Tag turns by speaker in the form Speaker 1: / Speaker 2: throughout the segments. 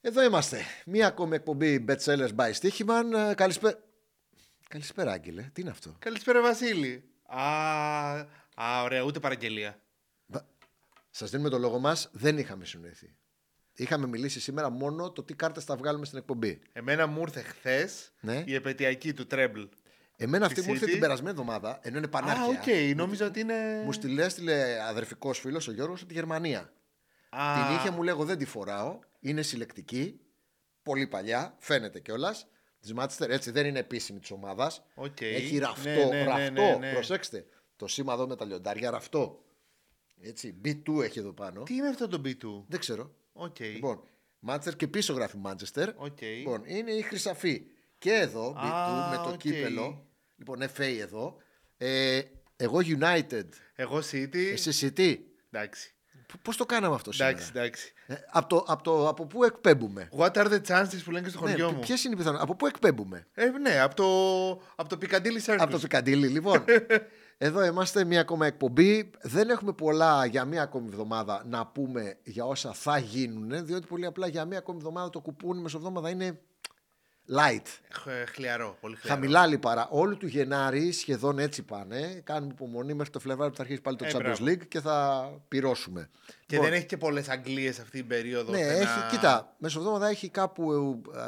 Speaker 1: Εδώ είμαστε. Μία ακόμη εκπομπή Bet Sellers by Stichiman. Καλησπέρα. Καλησπέρα, Άγγελε. Τι είναι αυτό.
Speaker 2: Καλησπέρα, Βασίλη. Α, α ωραία, ούτε παραγγελία.
Speaker 1: Σας δίνουμε το λόγο μας. Δεν είχαμε συνοηθεί. Είχαμε μιλήσει σήμερα μόνο το τι κάρτες θα βγάλουμε στην εκπομπή.
Speaker 2: Εμένα μου ήρθε χθες
Speaker 1: Ναι.
Speaker 2: η επαιτειακή του Τρέμπλ.
Speaker 1: Εμένα αυτή
Speaker 2: Τη
Speaker 1: μου ήρθε
Speaker 2: City.
Speaker 1: την περασμένη εβδομάδα, ενώ είναι
Speaker 2: Α,
Speaker 1: πανάρχια.
Speaker 2: οκ, νόμιζα ότι είναι.
Speaker 1: Μου στείλε, έστειλε αδερφικός φίλος ο Γιώργος από τη Γερμανία.
Speaker 2: Α,
Speaker 1: Την είχε, μου λέγω, δεν τη φοράω. Είναι συλλεκτική. Πολύ παλιά, φαίνεται κιόλας. Της Μάτσεστερ, έτσι δεν είναι επίσημη της ομάδας.
Speaker 2: Οκ.
Speaker 1: Έχει
Speaker 2: Ναι,
Speaker 1: ραφτό,
Speaker 2: ναι, ναι,
Speaker 1: ραφτό.
Speaker 2: ναι, ναι.
Speaker 1: Προσέξτε. Το σήμα εδώ με τα λιοντάρια, ραφτό. Έτσι, B2 έχει εδώ πάνω.
Speaker 2: Τι είναι αυτό το B2.
Speaker 1: Δεν ξέρω.
Speaker 2: Οκ.
Speaker 1: Λοιπόν, Μάτσεστερ και πίσω γράφει Μάντσεστερ.
Speaker 2: Οκ.
Speaker 1: Λοιπόν, είναι η χρυσαφή. Και εδώ, B2,
Speaker 2: Α,
Speaker 1: με το
Speaker 2: οκ.
Speaker 1: κύπελο. Λοιπόν, FA εδώ. Ε, εγώ United.
Speaker 2: Εγώ City.
Speaker 1: Εσύ City.
Speaker 2: Εντάξει.
Speaker 1: Πώς το κάναμε αυτό σήμερα.
Speaker 2: Εντάξει, εντάξει.
Speaker 1: Ε, από, το, από, το, από πού εκπέμπουμε.
Speaker 2: What are the chances που λένε και στο
Speaker 1: Ναι,
Speaker 2: χωριό μου.
Speaker 1: ποιες είναι οι πιθανότητες. Από πού εκπέμπουμε.
Speaker 2: Ε, ναι, από το, από το Piccadilly Circus.
Speaker 1: Από το Πικαντήλι, λοιπόν. Εδώ είμαστε μία ακόμα εκπομπή. Δεν έχουμε πολλά για μία ακόμη εβδομάδα να πούμε για όσα θα γίνουν, διότι πολύ απλά για μία ακόμη εβδομάδα το κουπούνι μεσοβδόμαδα είναι light.
Speaker 2: Ε, Χλιαρό, πολύ χλιαρό.
Speaker 1: Χαμηλά λιπαρά. Όλου του Γενάρη σχεδόν έτσι πάνε. Κάνουμε υπομονή μέχρι το Φλεβάρι που θα αρχίσει πάλι το
Speaker 2: Ε,
Speaker 1: Champions
Speaker 2: μπράβο.
Speaker 1: League και θα πυρώσουμε.
Speaker 2: Και
Speaker 1: Λοιπόν,
Speaker 2: δεν έχει και πολλές Αγγλίες αυτή την περίοδο.
Speaker 1: Ναι,
Speaker 2: ώστε
Speaker 1: έχει,
Speaker 2: να-
Speaker 1: κοίτα, μεσοβδόμαδα έχει κάπου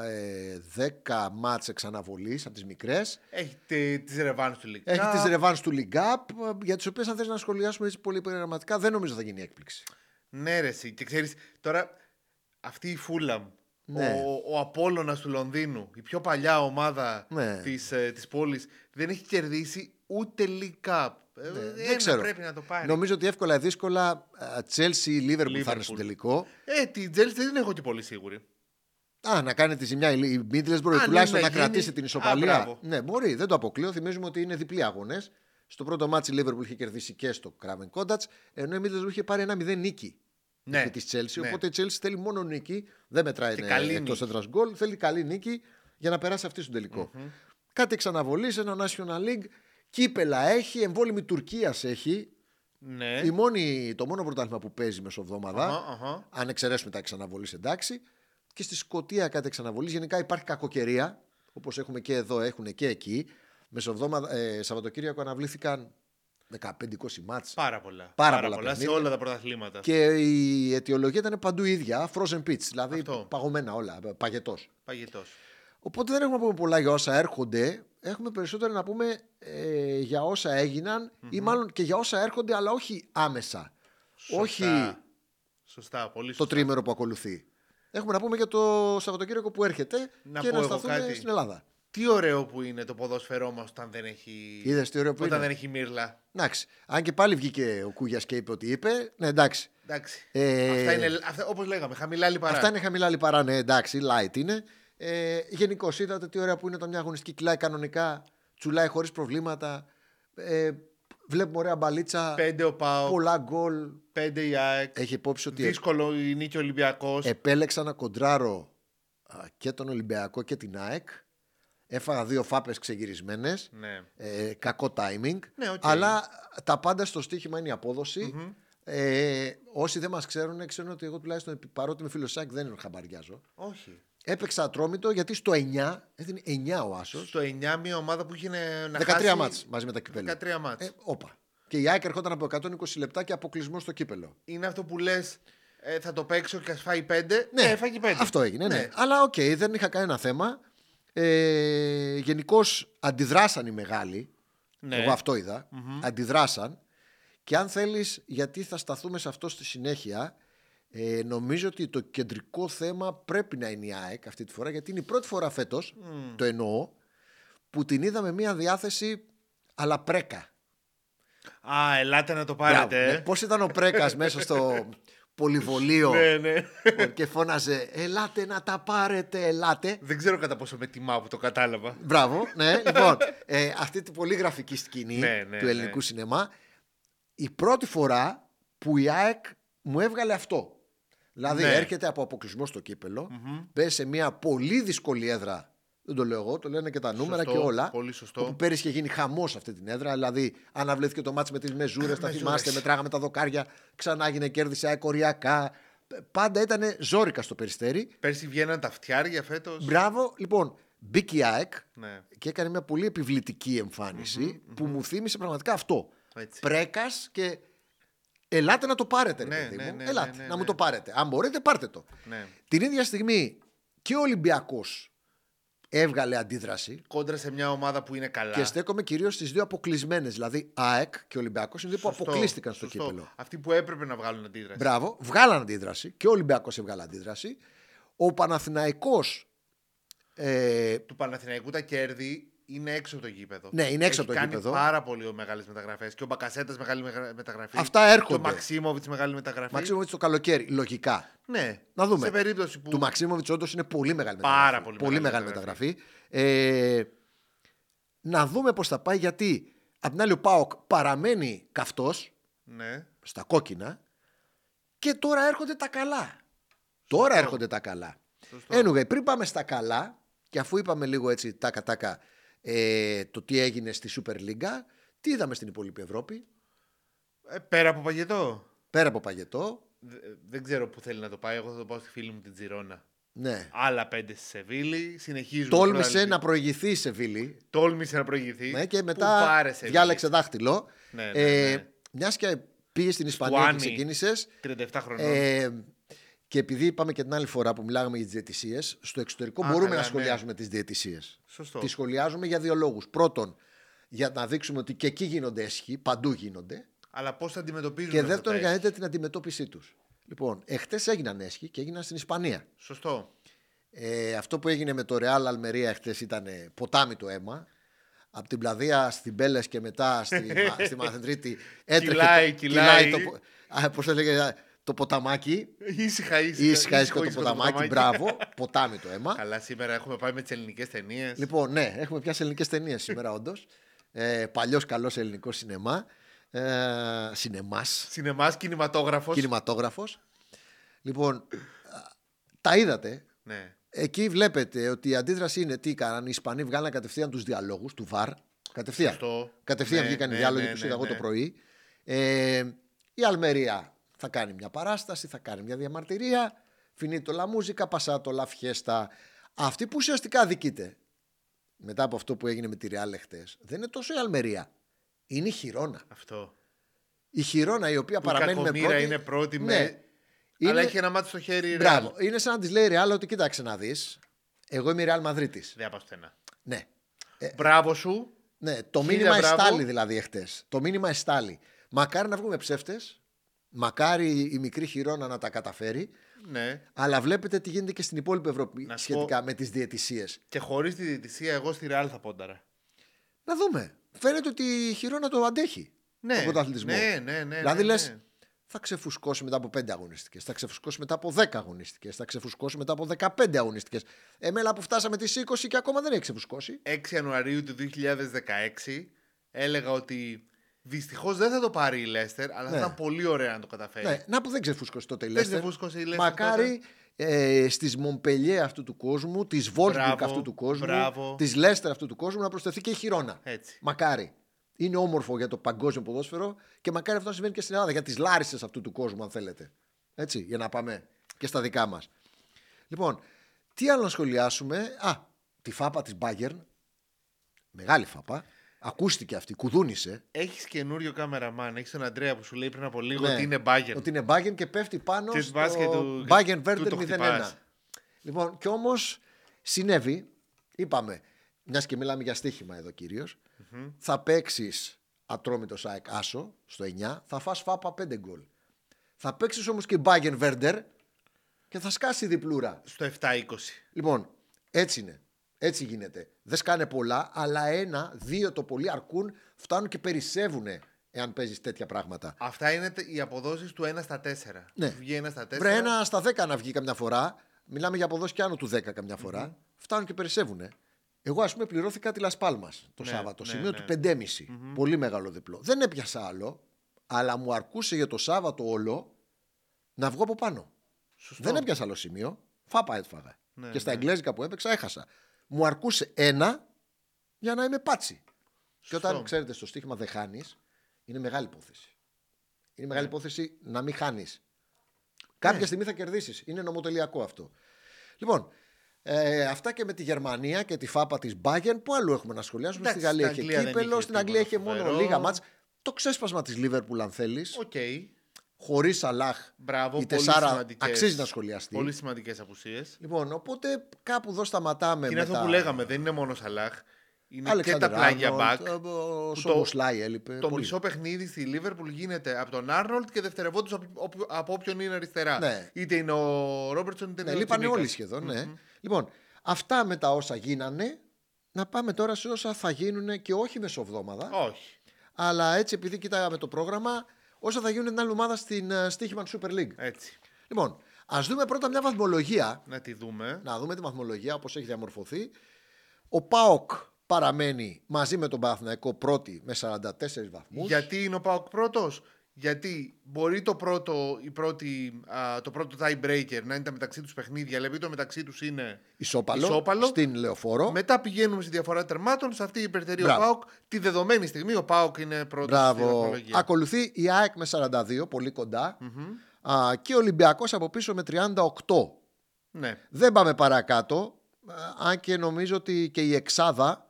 Speaker 1: ε, 10 μάτς εξαναβολής από τις μικρές.
Speaker 2: Έχει τη, της Revenge του League.
Speaker 1: Έχει
Speaker 2: Cup.
Speaker 1: τις ρεβάνς του League Cup, ε, για τις οποίες αν θες να σχολιάσουμε έτσι πολύ περιγραμματικά, δεν νομίζω θα γίνει έκπληξη.
Speaker 2: Ναι, ρε, εσύ. Και ξέρεις, τώρα αυτή η Φούλαμ.
Speaker 1: Ναι.
Speaker 2: Ο, ο Απόλλωνας του Λονδίνου, η πιο παλιά ομάδα
Speaker 1: Ναι.
Speaker 2: της, ε, της πόλης, δεν έχει κερδίσει ούτε League Cup. Ε,
Speaker 1: Ναι,
Speaker 2: ένα
Speaker 1: δεν ξέρω.
Speaker 2: πρέπει να το πάρει.
Speaker 1: Νομίζω ότι εύκολα ή δύσκολα ε, Chelsea ή Liverpool θα είναι στο
Speaker 2: Liverpool.
Speaker 1: τελικό.
Speaker 2: Ε, την Τζέλση δεν την έχω και πολύ σίγουρη.
Speaker 1: Α, να κάνει τη ζημιά η- η Middlesbrough
Speaker 2: Αν
Speaker 1: τουλάχιστον
Speaker 2: είναι
Speaker 1: να
Speaker 2: ναι, γίνει-
Speaker 1: κρατήσει την
Speaker 2: Α,
Speaker 1: ισοπαλία.
Speaker 2: μπράβο.
Speaker 1: ναι, μπορεί, δεν το αποκλείω. Θυμίζουμε ότι είναι διπλοί αγώνες. Στο πρώτο μάτι η Liverpool είχε κερδίσει και στο Craven Cottage, ενώ η Middlesbrough είχε πάρει ένα 0 νίκη.
Speaker 2: Ναι.
Speaker 1: επί της Chelsea.
Speaker 2: Ναι.
Speaker 1: Οπότε η Chelsea θέλει μόνο νίκη. Δεν μετράει
Speaker 2: Και
Speaker 1: ε,
Speaker 2: καλή
Speaker 1: εκτός
Speaker 2: νίκη.
Speaker 1: έδρας γκολ. Θέλει καλή νίκη για να περάσει αυτή στον τελικο Κάτι εξαναβολής σε ένα National League. Κύπελα έχει, εμβόλυμη Τουρκίας έχει.
Speaker 2: Ναι.
Speaker 1: Η μόνη, το μόνο πρωτάθλημα που παίζει μεσοβδόμαδα.
Speaker 2: Αχα, αχα.
Speaker 1: Αν εξαιρέσουμε τα εξαναβολής, εντάξει. Και στη Σκωτία κάτι εξαναβολής. Γενικά υπάρχει κακοκαιρία. Όπως έχουμε και εδώ, έχουν και εκεί. Μεσοβδόμαδα, ε, Σαββατοκύριακο αναβλήθηκαν 15-20 μάτς.
Speaker 2: Πάρα πολλά.
Speaker 1: Πάρα πολλά
Speaker 2: σε
Speaker 1: παιχνίδια.
Speaker 2: όλα τα πρωταθλήματα.
Speaker 1: Και η αιτιολογία ήταν παντού η ίδια. Frozen pitch, δηλαδή
Speaker 2: Αυτό.
Speaker 1: παγωμένα όλα, παγετός.
Speaker 2: Παγετός.
Speaker 1: Οπότε δεν έχουμε να πούμε πολλά για όσα έρχονται. Έχουμε περισσότερα να πούμε ε, για όσα έγιναν ή μάλλον και για όσα έρχονται, αλλά όχι άμεσα.
Speaker 2: Σωστά.
Speaker 1: Όχι
Speaker 2: Σωστά, πολύ
Speaker 1: το
Speaker 2: σωστά.
Speaker 1: τρίμερο που ακολουθεί. Έχουμε να πούμε για το Σαββατοκύριακο που έρχεται
Speaker 2: Να
Speaker 1: και
Speaker 2: πω
Speaker 1: να
Speaker 2: εγώ
Speaker 1: σταθούμε
Speaker 2: κάτι.
Speaker 1: στην Ελλάδα.
Speaker 2: Τι ωραίο που είναι το ποδόσφαιρό μας όταν δεν έχει.
Speaker 1: Είδες τι ωραίο που
Speaker 2: Ε, όταν
Speaker 1: είναι.
Speaker 2: δεν έχει μύρλα.
Speaker 1: Εντάξει. Αν και πάλι βγήκε ο Κούγιας και είπε ότι είπε, ναι, εντάξει.
Speaker 2: Εντάξει.
Speaker 1: Ε,
Speaker 2: Αυτά είναι, αυτά, όπως λέγαμε, χαμηλά λιπαρά.
Speaker 1: Αυτά είναι χαμηλά λιπαρά, ναι, εντάξει, light είναι. Ε, Γενικώ είδατε τι ωραία που είναι όταν μια αγωνιστική κυλάει κανονικά, τσουλάει χωρίς προβλήματα. Ε, βλέπουμε ωραία μπαλίτσα,
Speaker 2: Πέντε ο Πάο,
Speaker 1: πολλά γκολ.
Speaker 2: πέντε η ΑΕΚ.
Speaker 1: Έχει Ε, υπόψη ότι
Speaker 2: Δύσκολο η νίκη Ολυμπιακό.
Speaker 1: επέλεξα να κοντράρω α, και τον Ολυμπιακό και την ΑΕΚ. Έφαγα δύο φάπες ξεγυρισμένες,
Speaker 2: Ναι.
Speaker 1: ε, κακό timing.
Speaker 2: Ναι, οκ.
Speaker 1: Αλλά τα πάντα στο στοίχημα είναι η αποδοση Ε, όσοι δεν μας ξέρουν, ξέρουν ότι εγώ τουλάχιστον παρότι είμαι φίλος ΑΕΚ δεν χαμπαριάζω.
Speaker 2: Όχι.
Speaker 1: Έπαιξε ατρόμητο γιατί στο 9, έδινε 9 ο Άσος.
Speaker 2: Στο 9 μια ομάδα που είχε να
Speaker 1: 13
Speaker 2: χάσει.
Speaker 1: μάτς μαζί με τα κυπέλα.
Speaker 2: 13 μάτς.
Speaker 1: Ε, όπα. Και η Άκη ερχόταν από 120 λεπτά και αποκλεισμό στο κύπελο.
Speaker 2: Είναι αυτό που λες. Ε, θα το παίξω και ας φάει πέντε. ε, φάγει πέντε.
Speaker 1: Ναι. Αυτό έγινε, ναι. Αλλά οκ, δεν είχα κανένα θέμα. Ε, Γενικώς αντιδράσαν οι μεγάλοι.
Speaker 2: Ναι.
Speaker 1: Εγώ αυτό είδα. Αντιδράσαν. Και αν θέλεις, γιατί θα σταθούμε σε αυτό στη συνέχεια, ε, νομίζω ότι το κεντρικό θέμα πρέπει να είναι η ΑΕΚ αυτή τη φορά, γιατί είναι η πρώτη φορά φέτος, το εννοώ, που την είδαμε μια διάθεση αλλά πρέκα.
Speaker 2: Α, ελάτε να το
Speaker 1: Μπράβο,
Speaker 2: πάρετε. ε.
Speaker 1: ναι. Πώς ήταν ο πρέκας μέσα στο πολυβολείο
Speaker 2: ε. ναι, ναι.
Speaker 1: Λοιπόν, και φώναζε «Ελάτε να τα πάρετε, ελάτε».
Speaker 2: Δεν ξέρω κατά πόσο με τιμά που το κατάλαβα.
Speaker 1: Μπράβο, ναι. λοιπόν, ε, αυτή την πολύ γραφική σκηνή
Speaker 2: Ναι, ναι,
Speaker 1: του ελληνικού
Speaker 2: ναι.
Speaker 1: σινεμά. Η πρώτη φορά που η ΑΕΚ μου έβγαλε αυτό. Δηλαδή
Speaker 2: Ναι.
Speaker 1: έρχεται από αποκλεισμό στο κυπελο μπες σε μια πολύ δύσκολη έδρα. Δεν το λέω εγώ, το λένε και τα νούμερα
Speaker 2: Σωστό,
Speaker 1: και όλα.
Speaker 2: πολύ σωστό.
Speaker 1: Όπου πέρυσι είχε γίνει χαμός αυτή την έδρα. Δηλαδή, αναβλήθηκε το μάτι με τις μεζούρες, τα
Speaker 2: Μεζούρες.
Speaker 1: θυμάστε, μετράγαμε τα δοκάρια. Ξανά έγινε κέρδισε αεκοριακά. πάντα ήταν ζόρικα στο περιστέρι.
Speaker 2: Πέρσι βγαίναν τα φτιάρια φέτος.
Speaker 1: Μπράβο, λοιπόν, μπήκε η ΑΕΚ
Speaker 2: Ναι.
Speaker 1: και έκανε μια πολύ επιβλητική εμφάνιση, που μου θύμισε πραγματικά αυτό.
Speaker 2: Έτσι.
Speaker 1: Πρέκας και. Ελάτε να το πάρετε, ρε
Speaker 2: Ναι,
Speaker 1: παιδί
Speaker 2: ναι,
Speaker 1: μου.
Speaker 2: ναι, ναι,
Speaker 1: Ελάτε
Speaker 2: ναι,
Speaker 1: να μου
Speaker 2: ναι.
Speaker 1: το πάρετε. Αν μπορείτε, πάρτε το.
Speaker 2: Ναι.
Speaker 1: Την ίδια στιγμή και ο Ολυμπιακός έβγαλε αντίδραση.
Speaker 2: Κόντρα σε μια ομάδα που είναι καλά.
Speaker 1: Και στέκομαι κυρίως στις δύο αποκλεισμένες. Δηλαδή, ΑΕΚ και Ολυμπιακός είναι δύο που
Speaker 2: Σωστό,
Speaker 1: αποκλείστηκαν στο
Speaker 2: σωστό.
Speaker 1: κύπελο.
Speaker 2: Αυτοί που έπρεπε να βγάλουν αντίδραση.
Speaker 1: Μπράβο, βγάλαν αντίδραση. Και ο Ολυμπιακός έβγαλε αντίδραση. Ο Παναθηναϊκός ε,
Speaker 2: Του Παναθηναϊκού τα κέρδη είναι έξω από το γήπεδο.
Speaker 1: Ναι, είναι έξω από το
Speaker 2: Έχει
Speaker 1: γήπεδο.
Speaker 2: Κάνει πάρα πολύ μεγάλε μεταγραφές. Και ο Μπακασέτας μεγάλη μεγα- μεταγραφή.
Speaker 1: Αυτά έρχονται.
Speaker 2: Και ο Μαξίμοβιτ μεγάλη μεταγραφή.
Speaker 1: Μαξίμοβιτ το καλοκαίρι, λογικά.
Speaker 2: Ναι.
Speaker 1: Να δούμε.
Speaker 2: Σε περίπτωση που.
Speaker 1: Του Μαξίμοβιτ όντως είναι πολύ μεγάλη
Speaker 2: Πάρα
Speaker 1: μεταγραφή. μεγάλη
Speaker 2: πολύ μεγάλη
Speaker 1: μεταγραφή. Ε, να δούμε πώς θα πάει γιατί απ' την άλλη ο Πάοκ παραμένει καυτός
Speaker 2: Ναι.
Speaker 1: στα κόκκινα και τώρα έρχονται τα καλά. Τώρα έρχονται τα καλά.
Speaker 2: Σωστό.
Speaker 1: Anyway, πριν πάμε στα καλά και αφού είπαμε λίγο έτσι τάκα τάκα ε, το τι έγινε στη Super League, τι είδαμε στην υπόλοιπη Ευρώπη,
Speaker 2: Ε, πέρα από παγετό.
Speaker 1: πέρα από παγετό,
Speaker 2: Δε- Δεν ξέρω που θέλει να το πάει. Εγώ θα το πάω στη φίλη μου την Τζιρόνα.
Speaker 1: ναι.
Speaker 2: Άλλα πέντε στη Σεβίλη. Συνεχίζουμε.
Speaker 1: Τόλμησε
Speaker 2: Πρωταθλητή-
Speaker 1: να προηγηθεί η Σεβίλη
Speaker 2: Τόλμησε να προηγηθεί.
Speaker 1: ναι, και
Speaker 2: Πού
Speaker 1: μετά
Speaker 2: πάρε Σεβίλη.
Speaker 1: διάλεξε δάχτυλο. Ε,
Speaker 2: Ναι, ναι, ναι.
Speaker 1: μιας και πήγες στην Ισπανία και
Speaker 2: Άνι.
Speaker 1: ξεκίνησε.
Speaker 2: 37 χρονών.
Speaker 1: Ε, και επειδή είπαμε και την άλλη φορά που μιλάγαμε για τις διαιτησίες, στο εξωτερικό
Speaker 2: Α,
Speaker 1: μπορούμε
Speaker 2: καλά,
Speaker 1: να
Speaker 2: ναι.
Speaker 1: σχολιάζουμε τις τι διαιτησίες.
Speaker 2: Σωστό.
Speaker 1: Τη σχολιάζουμε για δύο λόγους. Πρώτον, για να δείξουμε ότι και εκεί γίνονται έσχοι, παντού γίνονται.
Speaker 2: Αλλά πώς θα αντιμετωπίζουν.
Speaker 1: Και
Speaker 2: αυτά
Speaker 1: δεύτερον,
Speaker 2: τα
Speaker 1: για να δείτε την αντιμετώπιση τους. Λοιπόν, εχθές έγιναν έσχοι και έγιναν στην Ισπανία.
Speaker 2: έσχη. Σωστό.
Speaker 1: Ε, αυτό που έγινε με το Real Αλμερία εχθές ήταν ε, ποτάμι το αίμα. Από την πλαδία στην Πέλες και μετά στη, μα- στη Μαθεντρίτη έτρεχε.
Speaker 2: Κυλάει,
Speaker 1: το-
Speaker 2: κυλάει.
Speaker 1: το, πο- α, πώς το λέγε, α, το ποταμάκι.
Speaker 2: Ήσυχα, ήσυχα.
Speaker 1: Ήσυχα, ήσυχα το ποταμάκι. Μπράβο, ποτάμι το αίμα.
Speaker 2: Καλά, σήμερα έχουμε πάει με τις ελληνικές ταινίες.
Speaker 1: Λοιπόν, ναι, έχουμε πιάσει ελληνικές ταινίες σήμερα, όντως. Ε, Παλιός καλός ελληνικός σινεμά. Ε, Σινεμάς.
Speaker 2: Σινεμάς, κινηματόγραφος.
Speaker 1: Κινηματόγραφος. Λοιπόν, α, τα είδατε.
Speaker 2: Ναι.
Speaker 1: Εκεί βλέπετε ότι η αντίδραση είναι τι έκαναν. Οι Ισπανοί βγάλαν κατευθείαν τους διαλόγους του ΒΑΡ. Κατευθείαν.
Speaker 2: Σωστό.
Speaker 1: Κατευθείαν
Speaker 2: Ναι,
Speaker 1: βγήκαν οι
Speaker 2: ναι,
Speaker 1: διάλογοι
Speaker 2: ναι,
Speaker 1: που
Speaker 2: ναι,
Speaker 1: είδα εγώ το
Speaker 2: ναι.
Speaker 1: πρωί. Ε, η Αλμερία θα κάνει μια παράσταση, θα κάνει μια διαμαρτυρία. Φινίτο la musica, passato la fiesta. Αυτή που ουσιαστικά δικείται μετά από αυτό που έγινε με τη Real εχθές, δεν είναι τόσο η Αλμερία. Είναι η Χιρόνα.
Speaker 2: Αυτό.
Speaker 1: Η Χιρόνα η οποία
Speaker 2: Που η
Speaker 1: παραμένει με
Speaker 2: κακομοίρα
Speaker 1: πρώτη.
Speaker 2: είναι πρώτη
Speaker 1: Ναι.
Speaker 2: με.
Speaker 1: Είναι-
Speaker 2: Αλλά έχει ένα μάτι στο χέρι. η
Speaker 1: Μπράβο.
Speaker 2: Real.
Speaker 1: Είναι σαν να της λέει η Real ότι κοίταξε να δεις. Εγώ είμαι η Real Madrid.
Speaker 2: Δεν θα πάω στενά.
Speaker 1: Ναι.
Speaker 2: Μπράβο σου.
Speaker 1: Ναι, το
Speaker 2: Χίλια
Speaker 1: μήνυμα
Speaker 2: μπράβο.
Speaker 1: εστάλει δηλαδή εχθές. Το μήνυμα εστάλει. Μακάρι να βγούμε ψεύτες. Μακάρι η μικρή χειρόνα να τα καταφέρει.
Speaker 2: Ναι.
Speaker 1: Αλλά βλέπετε τι γίνεται και στην υπόλοιπη Ευρώπη
Speaker 2: Να σου
Speaker 1: σχετικά με τις διαιτησίες.
Speaker 2: Και χωρίς τη διαιτησία, εγώ στη Ρεάλ θα πόνταρα.
Speaker 1: Να δούμε. Φαίνεται ότι η χειρόνα το αντέχει.
Speaker 2: Ναι.
Speaker 1: Τον πρωταθλητισμό.
Speaker 2: Ναι, ναι, ναι.
Speaker 1: δηλαδή
Speaker 2: ναι,
Speaker 1: λες,
Speaker 2: ναι.
Speaker 1: θα ξεφουσκώσει μετά από 5 αγωνιστικές, θα ξεφουσκώσει μετά από 10 αγωνιστικές, θα ξεφουσκώσει μετά από 15 αγωνιστικέ. Εμένα που φτάσαμε τις 20 και ακόμα δεν έχει ξεφουσκώσει.
Speaker 2: 6 Ιανουαρίου του 2016 έλεγα ότι δυστυχώς δεν θα το πάρει η Λέστερ, αλλά
Speaker 1: Ναι.
Speaker 2: θα ήταν πολύ ωραία να το καταφέρει.
Speaker 1: Ναι, να που δεν ξεφουσκώσει τότε η
Speaker 2: Δεν
Speaker 1: Λέστερ.
Speaker 2: ξεφούσκωσε η Λέστερ.
Speaker 1: Μακάρι ε, στις Μομπελιέ αυτού του κόσμου, της Βόλσμπουργκ
Speaker 2: Μπράβο,
Speaker 1: αυτού του κόσμου,
Speaker 2: μπράβο.
Speaker 1: της Λέστερ αυτού του κόσμου να προσθεθεί και η Χιρόνα.
Speaker 2: Έτσι.
Speaker 1: Μακάρι. Είναι όμορφο για το παγκόσμιο ποδόσφαιρο και μακάρι αυτό να συμβαίνει και στην Ελλάδα για τις Λάρισες αυτού του κόσμου, αν θέλετε. Έτσι, για να πάμε και στα δικά μας. Λοιπόν, τι άλλο να σχολιάσουμε. Α, τη φάπα της Μπάγκερν. Μεγάλη φάπα. Ακούστηκε αυτή, κουδούνισε.
Speaker 2: Έχεις καινούριο κάμεραμαν. Έχεις τον Αντρέα που σου λέει πριν από λίγο
Speaker 1: Ναι.
Speaker 2: ότι είναι μπάγκερ.
Speaker 1: Ότι είναι Bayern και πέφτει πάνω
Speaker 2: Και
Speaker 1: στο
Speaker 2: βάζει και του-
Speaker 1: Bayern
Speaker 2: του
Speaker 1: Werder
Speaker 2: το
Speaker 1: 0-1.
Speaker 2: χτυπάς.
Speaker 1: Λοιπόν, και όμως συνέβη, είπαμε, μιας και μιλάμε για στοίχημα εδώ κυρίως, θα παίξεις ατρόμητος ΑΕΚ Άσο στο 9, θα φας φάπα 5 γκολ. Θα παίξεις όμως και Bayern Werder και θα σκάσει διπλούρα.
Speaker 2: Στο 7-20.
Speaker 1: Λοιπόν, έτσι είναι. Έτσι γίνεται. Δεν σκάνε πολλά, αλλά ένα, δύο το πολύ αρκούν, φτάνουν και περισσεύουν εάν παίζεις τέτοια πράγματα.
Speaker 2: Αυτά είναι τε- οι αποδόσεις του 1 στα 4.
Speaker 1: Ναι.
Speaker 2: Σου Βγει 1 στα 4.
Speaker 1: Βρε ένα στα 10 να βγει καμιά φορά. Μιλάμε για αποδόση και άνω του 10 καμιά φορά. Φτάνουν και περισσεύουν. Εγώ, ας πούμε, πληρώθηκα τη Λασπάλμα το
Speaker 2: Ναι,
Speaker 1: Σάββατο.
Speaker 2: ναι,
Speaker 1: σημείο
Speaker 2: ναι.
Speaker 1: του 5,5. Πολύ μεγάλο διπλό. Δεν έπιασα άλλο, αλλά μου αρκούσε για το Σάββατο όλο να βγω από πάνω.
Speaker 2: Σωστό.
Speaker 1: Δεν έπιασα άλλο σημείο. Φάπα έφαγα.
Speaker 2: Ναι,
Speaker 1: και στα
Speaker 2: ναι.
Speaker 1: εγγλέζικα που έπαιξα έχασα. Μου αρκούσε ένα για να είμαι πάτσι. Και
Speaker 2: Σωστό.
Speaker 1: όταν ξέρετε στο στοίχημα δεν
Speaker 2: Ναι.
Speaker 1: χάνεις, είναι μεγάλη υπόθεση. Είναι μεγάλη υπόθεση να μην χάνεις. Κάποια στιγμή θα κερδίσεις. Είναι νομοτελειακό αυτό. Λοιπόν, ε, αυτά και με τη Γερμανία και τη φάπα της Μπάγκεν. Πού αλλού έχουμε να σχολιάσουμε.
Speaker 2: Εντάξει,
Speaker 1: στη Γαλλία
Speaker 2: στην
Speaker 1: έχει
Speaker 2: Αγγλία δεν
Speaker 1: κύπελο,
Speaker 2: είχε
Speaker 1: στην Αγγλία έχει
Speaker 2: τίποτα
Speaker 1: μόνο
Speaker 2: φοβερό.
Speaker 1: λίγα μάτ. Το ξέσπασμα της Λίβερπουλ, αν θέλεις,
Speaker 2: Οκ.
Speaker 1: χωρίς Σαλάχ,
Speaker 2: Μπράβο.
Speaker 1: η
Speaker 2: πολύ
Speaker 1: Τεσάρα
Speaker 2: σημαντικές-
Speaker 1: αξίζει να σχολιαστεί.
Speaker 2: Πολύ σημαντικές απουσίες.
Speaker 1: Λοιπόν, οπότε κάπου εδώ σταματάμε.
Speaker 2: Και είναι αυτό
Speaker 1: Ε, μετά.
Speaker 2: που λέγαμε, δεν είναι μόνο Σαλάχ. Είναι και
Speaker 1: Αλεξάνδρ
Speaker 2: τα πλάγια
Speaker 1: Άρνολτ,
Speaker 2: back.
Speaker 1: Ο
Speaker 2: που
Speaker 1: Σόμοσλάι έλειπε.
Speaker 2: Το
Speaker 1: ε, πολύ.
Speaker 2: μισό παιχνίδι στη Λίβερπουλ γίνεται από τον Άρνολτ και δευτερευόντως από, όποιον- από όποιον είναι αριστερά.
Speaker 1: Ναι.
Speaker 2: Είτε είναι ο Ρόμπερτσον είτε είναι
Speaker 1: Ναι,
Speaker 2: ο
Speaker 1: λείπανε
Speaker 2: Τσιμίκας.
Speaker 1: όλοι σχεδόν, ναι. Λοιπόν, αυτά με τα όσα γίνανε, να πάμε τώρα σε όσα θα γίνουν και όχι μεσοβδόμαδα,
Speaker 2: Όχι.
Speaker 1: αλλά έτσι επειδή κοιτάγαμε το πρόγραμμα, όσα θα γίνουν την άλλη ομάδα στην ε, Στίχημαν Super League.
Speaker 2: Έτσι.
Speaker 1: Λοιπόν, ας δούμε πρώτα μια βαθμολογία.
Speaker 2: Να τη δούμε.
Speaker 1: Να δούμε τη βαθμολογία όπως έχει διαμορφωθεί. Ο ΠΑΟΚ παραμένει μαζί με τον Παναθηναϊκό πρώτη με 44 βαθμούς.
Speaker 2: Γιατί είναι ο Πάοκ πρώτος. Γιατί μπορεί το πρώτο, η πρώτη, α, το πρώτο tie breaker να είναι τα μεταξύ τους παιχνίδια, αλλά επειδή το μεταξύ τους είναι.
Speaker 1: Ισόπαλο,
Speaker 2: Ισόπαλο.
Speaker 1: στην Λεωφόρο.
Speaker 2: Μετά πηγαίνουμε στη διαφορά τερμάτων. Σε αυτή η υπερτερία ο
Speaker 1: Μπράβο.
Speaker 2: Πάοκ. Τη δεδομένη στιγμή ο Πάοκ είναι πρώτος.
Speaker 1: Μπράβο. Ακολουθεί η ΑΕΚ με 42, πολύ κοντά. Α, και ο Ολυμπιακός από πίσω με 38.
Speaker 2: Ναι.
Speaker 1: Δεν πάμε παρακάτω, α, αν και νομίζω ότι και η εξαδα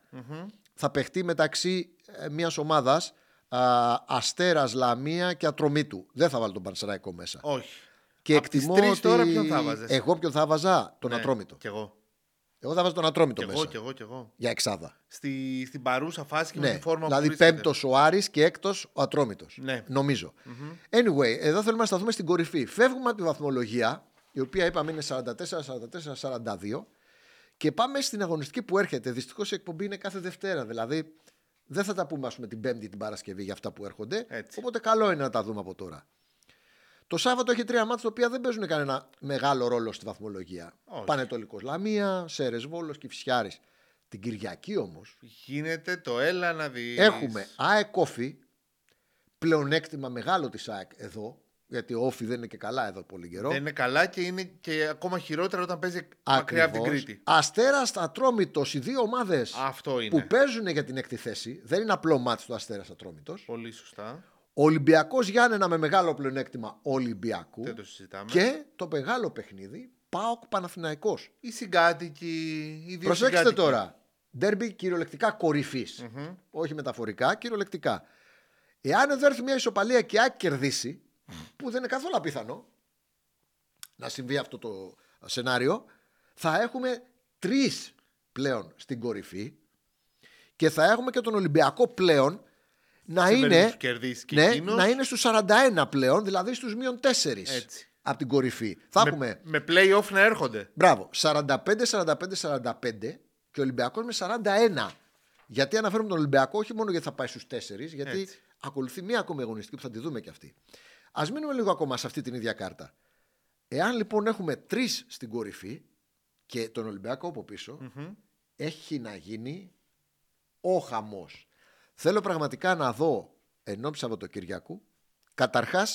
Speaker 1: θα παιχτεί μεταξύ ε, μιας ομάδας α, Αστέρας, Λαμία και Ατρομήτου. Δεν θα βάλω τον Πανσεραϊκό μέσα.
Speaker 2: Όχι.
Speaker 1: Και
Speaker 2: Απ' τις τρεις τώρα ποιον θα βάζες?
Speaker 1: Εγώ ποιον θα βάζα, τον
Speaker 2: ναι.
Speaker 1: Ατρόμητο.
Speaker 2: Κι εγώ.
Speaker 1: Εγώ θα βάζω τον Ατρόμητο
Speaker 2: Κι εγώ,
Speaker 1: μέσα.
Speaker 2: κι εγώ, κι εγώ.
Speaker 1: Για εξάδα.
Speaker 2: Στη, στην παρούσα φάση και με
Speaker 1: Ναι,
Speaker 2: τη φόρμα
Speaker 1: δηλαδή
Speaker 2: που βρίσκεται.
Speaker 1: πέμπτος ο Άρης και έκτος ο Ατρόμητος.
Speaker 2: Ναι.
Speaker 1: νομιζω Anyway, εδώ θέλουμε να σταθούμε στην κορυφή. Φεύγουμε από τη βαθμολογία, η οποία είπαμε είναι 44-44-42, και πάμε στην αγωνιστική που έρχεται. Δυστυχώς η εκπομπή είναι κάθε Δευτέρα. Δηλαδή δεν θα τα πούμε ας πούμε, την Πέμπτη την Παρασκευή για αυτά που έρχονται.
Speaker 2: Έτσι.
Speaker 1: Οπότε καλό είναι να τα δούμε από τώρα. Το Σάββατο έχει τρία μάτια τα οποία δεν παίζουν κανένα μεγάλο ρόλο στη βαθμολογία.
Speaker 2: Όχι.
Speaker 1: Πανετολικός Λαμία, Σέρες Βόλος και Φυσιάρης. Την Κυριακή όμως,
Speaker 2: Γίνεται το έλα να δεις.
Speaker 1: Έχουμε ΑΕΚ Όφη, πλεονέκτημα μεγάλο της ΑΕΚ εδώ, γιατί ο Όφη δεν είναι και καλά εδώ πολύ καιρό.
Speaker 2: Δεν είναι καλά και είναι και ακόμα χειρότερα όταν παίζει μακριά από την Κρήτη.
Speaker 1: Αστέρας Ατρόμητος, οι δύο ομάδες
Speaker 2: Αυτό είναι.
Speaker 1: που παίζουν για την έκτη θέση, δεν είναι απλό μάτι του Αστέρας Ατρόμητος.
Speaker 2: Πολύ σωστά.
Speaker 1: Ο Ολυμπιακός Γιάννενα με μεγάλο πλεονέκτημα Ολυμπιακού.
Speaker 2: Δεν το συζητάμε.
Speaker 1: Και το μεγάλο παιχνίδι Πάοκ Παναθηναϊκός.
Speaker 2: Οι συγκάτοικοι, οι δύο
Speaker 1: Προσέξτε
Speaker 2: συγκάτοικοι.
Speaker 1: τώρα. Ντέρμπι κυριολεκτικά κορυφής. Όχι μεταφορικά, κυριολεκτικά. Εάν εδώ έρθει μια ισοπαλία και άκ κερδίσει, που δεν είναι καθόλου απίθανο να συμβεί αυτό το σενάριο, θα έχουμε τρεις πλέον στην κορυφή και θα έχουμε και τον Ολυμπιακό πλέον να
Speaker 2: Σε περίπτωση
Speaker 1: είναι,
Speaker 2: που κερδίσει και
Speaker 1: ναι,
Speaker 2: εκείνος.
Speaker 1: να είναι στους 41 πλέον, δηλαδή στους μείον 4
Speaker 2: Έτσι.
Speaker 1: από την κορυφή. Θα έχουμε
Speaker 2: Με, με play-off να έρχονται.
Speaker 1: Μπράβο. 45-45-45 και ο Ολυμπιακός με 41. Γιατί αναφέρουμε τον Ολυμπιακό, όχι μόνο γιατί θα πάει στους 4, γιατί
Speaker 2: Έτσι.
Speaker 1: ακολουθεί μία ακόμη αγωνιστική που θα τη δούμε κι αυτή. Ας μείνουμε λίγο ακόμα σε αυτή την ίδια κάρτα. Εάν λοιπόν έχουμε τρεις στην κορυφή και τον Ολυμπιακό από πίσω, έχει να γίνει ο χαμός. Θέλω πραγματικά να δω εν ώψη Σαββατοκυριακού, καταρχάς,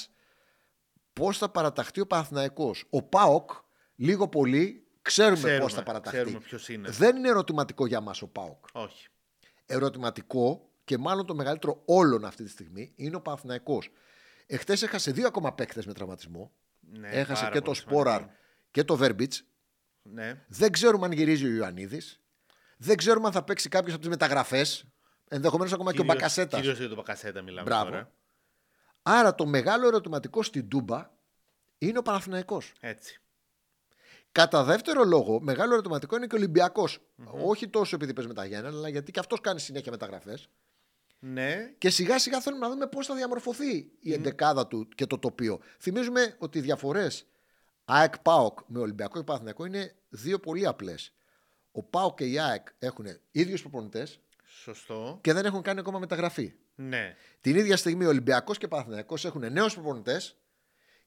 Speaker 1: πώς θα παραταχθεί ο Παναθηναϊκός. Ο Πάοκ, λίγο πολύ, ξέρουμε,
Speaker 2: Ξέρουμε,
Speaker 1: πώς θα παραταχθεί.
Speaker 2: ξέρουμε ποιος είναι.
Speaker 1: Δεν είναι ερωτηματικό για μας ο Πάοκ.
Speaker 2: Όχι.
Speaker 1: Ερωτηματικό και μάλλον το μεγαλύτερο όλων αυτή τη στιγμή είναι ο Παναθηναϊκός. Εχθές έχασε δύο ακόμα παίκτες με τραυματισμό.
Speaker 2: Ναι,
Speaker 1: έχασε
Speaker 2: πάρα
Speaker 1: και το
Speaker 2: πολύ
Speaker 1: Σπόραρ
Speaker 2: σημαντικό.
Speaker 1: και το Βέρμπιτ.
Speaker 2: Ναι.
Speaker 1: Δεν ξέρουμε αν γυρίζει ο Ιωαννίδης. Δεν ξέρουμε αν θα παίξει κάποιος από τις μεταγραφές. Ενδεχομένως ακόμα και ο Μπακασέτα.
Speaker 2: Κυρίω για τον Μπακασέτα μιλάμε.
Speaker 1: Μπράβο.
Speaker 2: Τώρα.
Speaker 1: Άρα το μεγάλο ερωτηματικό στην Τούμπα είναι ο Παναθηναϊκός.
Speaker 2: Έτσι.
Speaker 1: Κατά δεύτερο λόγο, μεγάλο ερωτηματικό είναι και ο ολυμπιακος Όχι τόσο επειδή παίζει με τα Γιάννενα, αλλά γιατί και αυτός κάνει συνέχεια μεταγραφές.
Speaker 2: Ναι.
Speaker 1: Και σιγά σιγά θέλουμε να δούμε πώς θα διαμορφωθεί η εντεκάδα του και το τοπίο. Θυμίζουμε ότι οι διαφορές ΑΕΚ ΠΑΟΚ με Ολυμπιακό και Παναθηναϊκό είναι δύο πολύ απλές. Ο ΠΑΟΚ και η ΑΕΚ έχουν ίδιους προπονητές
Speaker 2: Σωστό.
Speaker 1: και δεν έχουν κάνει ακόμα μεταγραφή.
Speaker 2: Ναι.
Speaker 1: Την ίδια στιγμή ο Ολυμπιακός και ο Παναθηναϊκός έχουν νέους προπονητές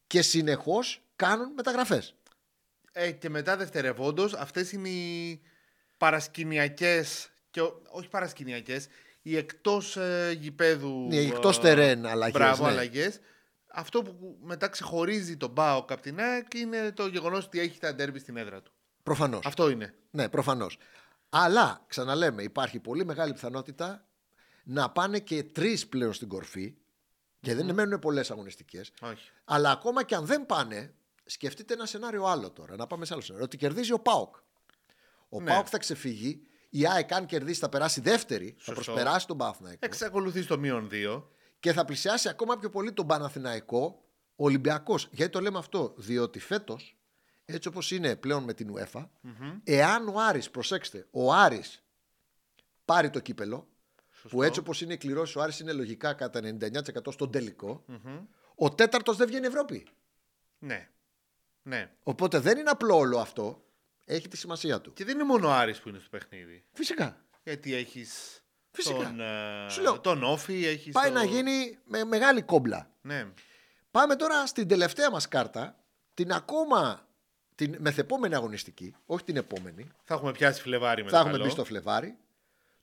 Speaker 1: και συνεχώς κάνουν μεταγραφές.
Speaker 2: Ε, και μετά δευτερευόντως, αυτές είναι οι παρασκηνιακές. Και, ο- όχι παρασκηνιακές, οι εκτός ε, γηπέδου.
Speaker 1: Ναι, Οι εκτός
Speaker 2: ε,
Speaker 1: τερέν αλλαγές,
Speaker 2: Μπράβο,
Speaker 1: ναι.
Speaker 2: αλλαγές. Αυτό που μετά ξεχωρίζει τον Μπάοκ από την ΑΕΚ είναι το γεγονός ότι έχει τα ντέρμπι στην έδρα του.
Speaker 1: Προφανώς.
Speaker 2: Αυτό είναι.
Speaker 1: Ναι, προφανώς. Αλλά ξαναλέμε, υπάρχει πολύ μεγάλη πιθανότητα να πάνε και τρεις πλέον στην κορφή και δεν μένουν πολλές αγωνιστικές.
Speaker 2: Όχι.
Speaker 1: Αλλά ακόμα και αν δεν πάνε, Σκεφτείτε ένα σενάριο άλλο τώρα, να πάμε σε άλλο σενάριο. Ότι κερδίζει ο Πάοκ. Ο
Speaker 2: Ναι.
Speaker 1: Πάοκ θα ξεφύγει. Η ΑΕΚ, αν κερδίσει, θα περάσει δεύτερη. Θα
Speaker 2: Σωστό.
Speaker 1: προσπεράσει τον Παναθηναϊκό.
Speaker 2: Εξακολουθεί το μείον 2.
Speaker 1: Και θα πλησιάσει ακόμα πιο πολύ τον Παναθηναϊκό ο Ολυμπιακός. Γιατί το λέμε αυτό, Διότι φέτος, έτσι όπως είναι πλέον με την UEFA, εάν ο Άρης, προσέξτε, ο Άρης πάρει το κύπελο, που έτσι όπως είναι κληρώσεις ο Άρης είναι λογικά κατά 99% στον τελικο ο τέταρτος δεν βγαίνει Ευρώπη.
Speaker 2: Ναι. ναι.
Speaker 1: Οπότε δεν είναι απλό όλο αυτό. Έχει τη σημασία του.
Speaker 2: Και δεν είναι μόνο ο Άρης που είναι στο παιχνίδι.
Speaker 1: Φυσικά.
Speaker 2: Γιατί έχεις.
Speaker 1: Φυσικά.
Speaker 2: Τον, ε,
Speaker 1: Σου λέω.
Speaker 2: τον όφη, έχεις.
Speaker 1: Πάει να γίνει με μεγάλη κόμπλα.
Speaker 2: Ναι.
Speaker 1: Πάμε τώρα στην τελευταία μας κάρτα, την ακόμα την μεθεπόμενη αγωνιστική, όχι την επόμενη.
Speaker 2: Θα έχουμε πιάσει Φλεβάρι μετά.
Speaker 1: θα έχουμε μπει στο Φλεβάρι.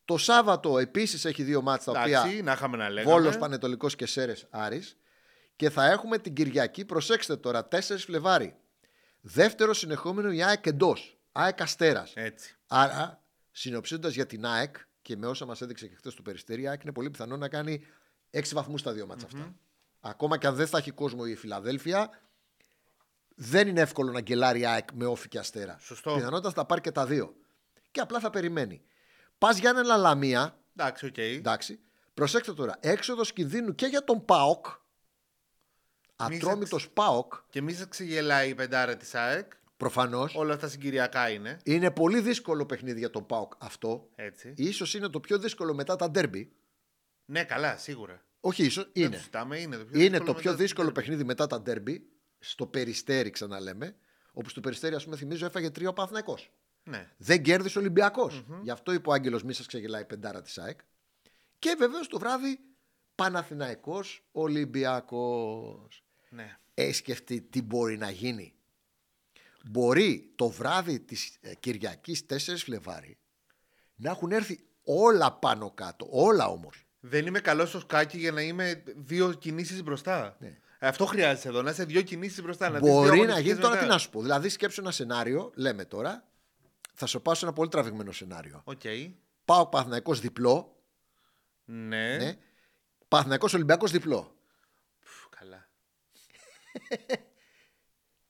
Speaker 1: Το Σάββατο επίσης έχει δύο μάτς τα
Speaker 2: Εντάξει,
Speaker 1: οποία
Speaker 2: να είχαμε να λέγαμε.
Speaker 1: Βόλος Πανετολικός και Σέρες Άρης. Και θα έχουμε την Κυριακή, προσέξτε τώρα, 4 Φλεβάρι. Δεύτερο συνεχόμενο η ΑΕΚ εντός, ΑΕΚ Αστέρας.
Speaker 2: Έτσι.
Speaker 1: Άρα, συνοψίζοντας για την ΑΕΚ και με όσα μας έδειξε και χθες το περιστέρι, η ΑΕΚ είναι πολύ πιθανό να κάνει 6 βαθμούς στα δύο μάτσα αυτά. Ακόμα και αν δεν θα έχει κόσμο η Φιλαδέλφια, δεν είναι εύκολο να γκελάρει η ΑΕΚ με όφη και αστέρα.
Speaker 2: Σωστό.
Speaker 1: Πιθανότατα θα πάρει και τα δύο. Και απλά θα περιμένει. Πας για ένα λαλαμία,
Speaker 2: Εντάξει, οκ.
Speaker 1: εντάξει. Προσέξτε τώρα, έξοδος κινδύνου και για τον ΠΑΟΚ. Ατρόμητος ΠΑΟΚ,
Speaker 2: Και μη σα ξεγελάει η πεντάρα της ΑΕΚ.
Speaker 1: προφανώς.
Speaker 2: Όλα αυτά συγκυριακά είναι.
Speaker 1: Είναι πολύ δύσκολο παιχνίδι για τον ΠΑΟΚ αυτό.
Speaker 2: Έτσι.
Speaker 1: Ίσως είναι το πιο δύσκολο μετά τα ντέρμπι.
Speaker 2: Ναι, καλά, σίγουρα.
Speaker 1: Όχι, ίσως.
Speaker 2: Δεν το
Speaker 1: Είναι.
Speaker 2: συζητάμε, είναι το πιο
Speaker 1: Είναι το
Speaker 2: μετά
Speaker 1: πιο
Speaker 2: την
Speaker 1: δύσκολο
Speaker 2: Τέρμπι.
Speaker 1: παιχνίδι μετά τα ντέρμπι. Στο περιστέρι, ξαναλέμε. Όπου στο περιστέρι, ας πούμε, θυμίζω, έφαγε τρία ο Παναθυναϊκό.
Speaker 2: Ναι.
Speaker 1: Δεν κέρδισε ο Ολυμπιακός. Γι' αυτό είπε ο Άγγελος, μη σας ξεγελάει η πεντάρα της ΑΕΚ. Και βεβαίως το βράδυ Παναθηναϊκός Ολυμπιακός.
Speaker 2: ναι.
Speaker 1: Ε, σκεφτεί τι μπορεί να γίνει. Μπορεί το βράδυ της ε, Κυριακής 4 Φλεβάρι να έχουν έρθει όλα πάνω κάτω, όλα όμως.
Speaker 2: Δεν είμαι καλός στο σκάκι για να είμαι δύο κινήσεις μπροστά.
Speaker 1: Ναι.
Speaker 2: Αυτό χρειάζεται εδώ, να είσαι δύο κινήσεις μπροστά. Να δεις δύο
Speaker 1: Μπορεί να
Speaker 2: αγωνιστικές
Speaker 1: γίνει τώρα
Speaker 2: μετά.
Speaker 1: τι να σου πω. Δηλαδή, σκέψου ένα σενάριο, λέμε τώρα, θα σου πάω σε ένα πολύ τραβηγμένο σενάριο.
Speaker 2: Οκ.
Speaker 1: Πάω Παθηναϊκό διπλό,
Speaker 2: Ναι.
Speaker 1: ναι. Παθηναϊκό Ολυμπιακός διπλό.
Speaker 2: Πφ, καλά.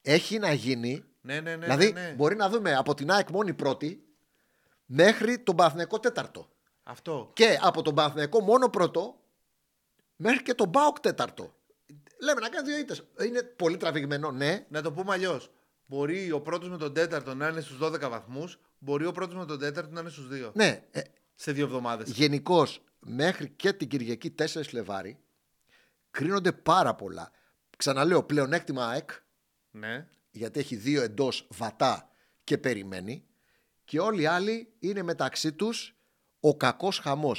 Speaker 1: Έχει να γίνει.
Speaker 2: Ναι, ναι, ναι.
Speaker 1: δηλαδή,
Speaker 2: ναι, ναι.
Speaker 1: μπορεί να δούμε από την ΑΕΚ μόνη πρώτη μέχρι τον Παθηναϊκό τέταρτο.
Speaker 2: Αυτό.
Speaker 1: Και από τον Παθηναϊκό μόνο πρώτο μέχρι και τον Μπάουκ τέταρτο. Λέμε να κάνει δύο ήττες. Είναι πολύ τραβηγμένο, ναι.
Speaker 2: Να το πούμε αλλιώς. Μπορεί ο πρώτος με τον τέταρτο να είναι στους 12 βαθμούς, μπορεί ο πρώτος με τον τέταρτο να είναι στους 2.
Speaker 1: Ναι, ε,
Speaker 2: Σε δύο εβδομάδες.
Speaker 1: Γενικώς, μέχρι και την Κυριακή 4 Φλεβάρι κρίνονται πάρα πολλά. Ξαναλέω, πλεονέκτημα ΑΕΚ,
Speaker 2: Ναι.
Speaker 1: γιατί έχει δύο εντός βατά και περιμένει. Και όλοι οι άλλοι είναι μεταξύ τους ο κακός χαμός.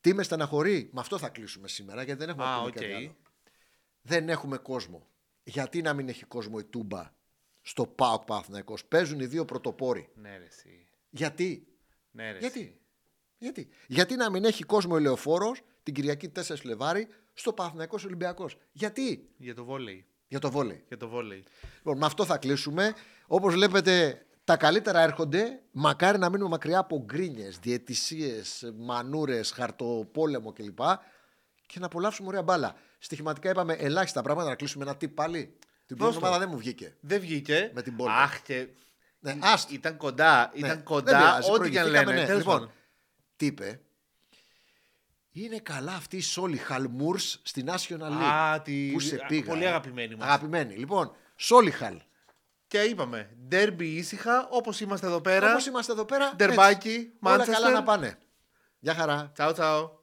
Speaker 1: Τι με στεναχωρεί, με αυτό θα κλείσουμε σήμερα, γιατί δεν έχουμε
Speaker 2: Α,
Speaker 1: ακόμα
Speaker 2: οκ.
Speaker 1: κάτι άλλο. Δεν έχουμε κόσμο. Γιατί να μην έχει κόσμο η Τούμπα στο ΠΑΟΚ Παναθηναϊκός. Παίζουν οι δύο πρωτοπόροι.
Speaker 2: Ναι, ρε, εσύ.
Speaker 1: Γιατί
Speaker 2: Ναι, ρε,
Speaker 1: Γιατί?
Speaker 2: εσύ.
Speaker 1: Γιατί? Γιατί να μην έχει κόσμο ηλεοφόρο την Κυριακή 4 Φλεβάρι στο Παναθυναϊκό Ολυμπιακός. Γιατί?
Speaker 2: Για το βόλεϊ.
Speaker 1: Για το βόλεϊ.
Speaker 2: Για το βόλεϊ.
Speaker 1: Λοιπόν, με αυτό θα κλείσουμε. Όπως βλέπετε, τα καλύτερα έρχονται. Μακάρι να μείνουμε μακριά από γκρίνιες, διαιτησίες, μανούρες, χαρτοπόλεμο κλπ. Και να απολαύσουμε ωραία μπάλα. Στοιχηματικά είπαμε ελάχιστα πράγματα να κλείσουμε ένα τύπ πάλι. Την πρώτη
Speaker 2: Δώσ' το.
Speaker 1: εβδομάδα δεν μου βγήκε.
Speaker 2: Δεν βγήκε.
Speaker 1: Με την πόλη.
Speaker 2: Αχ, και.
Speaker 1: Ναι,
Speaker 2: Ή-
Speaker 1: άστο.
Speaker 2: Ήταν κοντά.
Speaker 1: Ναι,
Speaker 2: Ήταν
Speaker 1: δεν
Speaker 2: κοντά.
Speaker 1: πειράζει,
Speaker 2: Ό,τι και αν
Speaker 1: προηγηθήκαμε,
Speaker 2: λένε.
Speaker 1: ναι.
Speaker 2: Τέλος
Speaker 1: Λοιπόν,
Speaker 2: πάντων.
Speaker 1: τι είπε. Είναι καλά αυτή η Σόλι Χαλμούρς στη National League.
Speaker 2: Α, τη-
Speaker 1: Πού σε
Speaker 2: α,
Speaker 1: πήγα.
Speaker 2: πολύ
Speaker 1: ε.
Speaker 2: αγαπημένη μας.
Speaker 1: Αγαπημένη. Λοιπόν, Σόλιχαλ.
Speaker 2: Και είπαμε, ντέρμπι ήσυχα, όπως είμαστε εδώ πέρα.
Speaker 1: Όπως είμαστε εδώ πέρα.
Speaker 2: Ντερμπάκι,
Speaker 1: έτσι. Όλα
Speaker 2: Manchester.
Speaker 1: καλά να πάνε. Γεια χαρά.
Speaker 2: Τσαου, τσαου.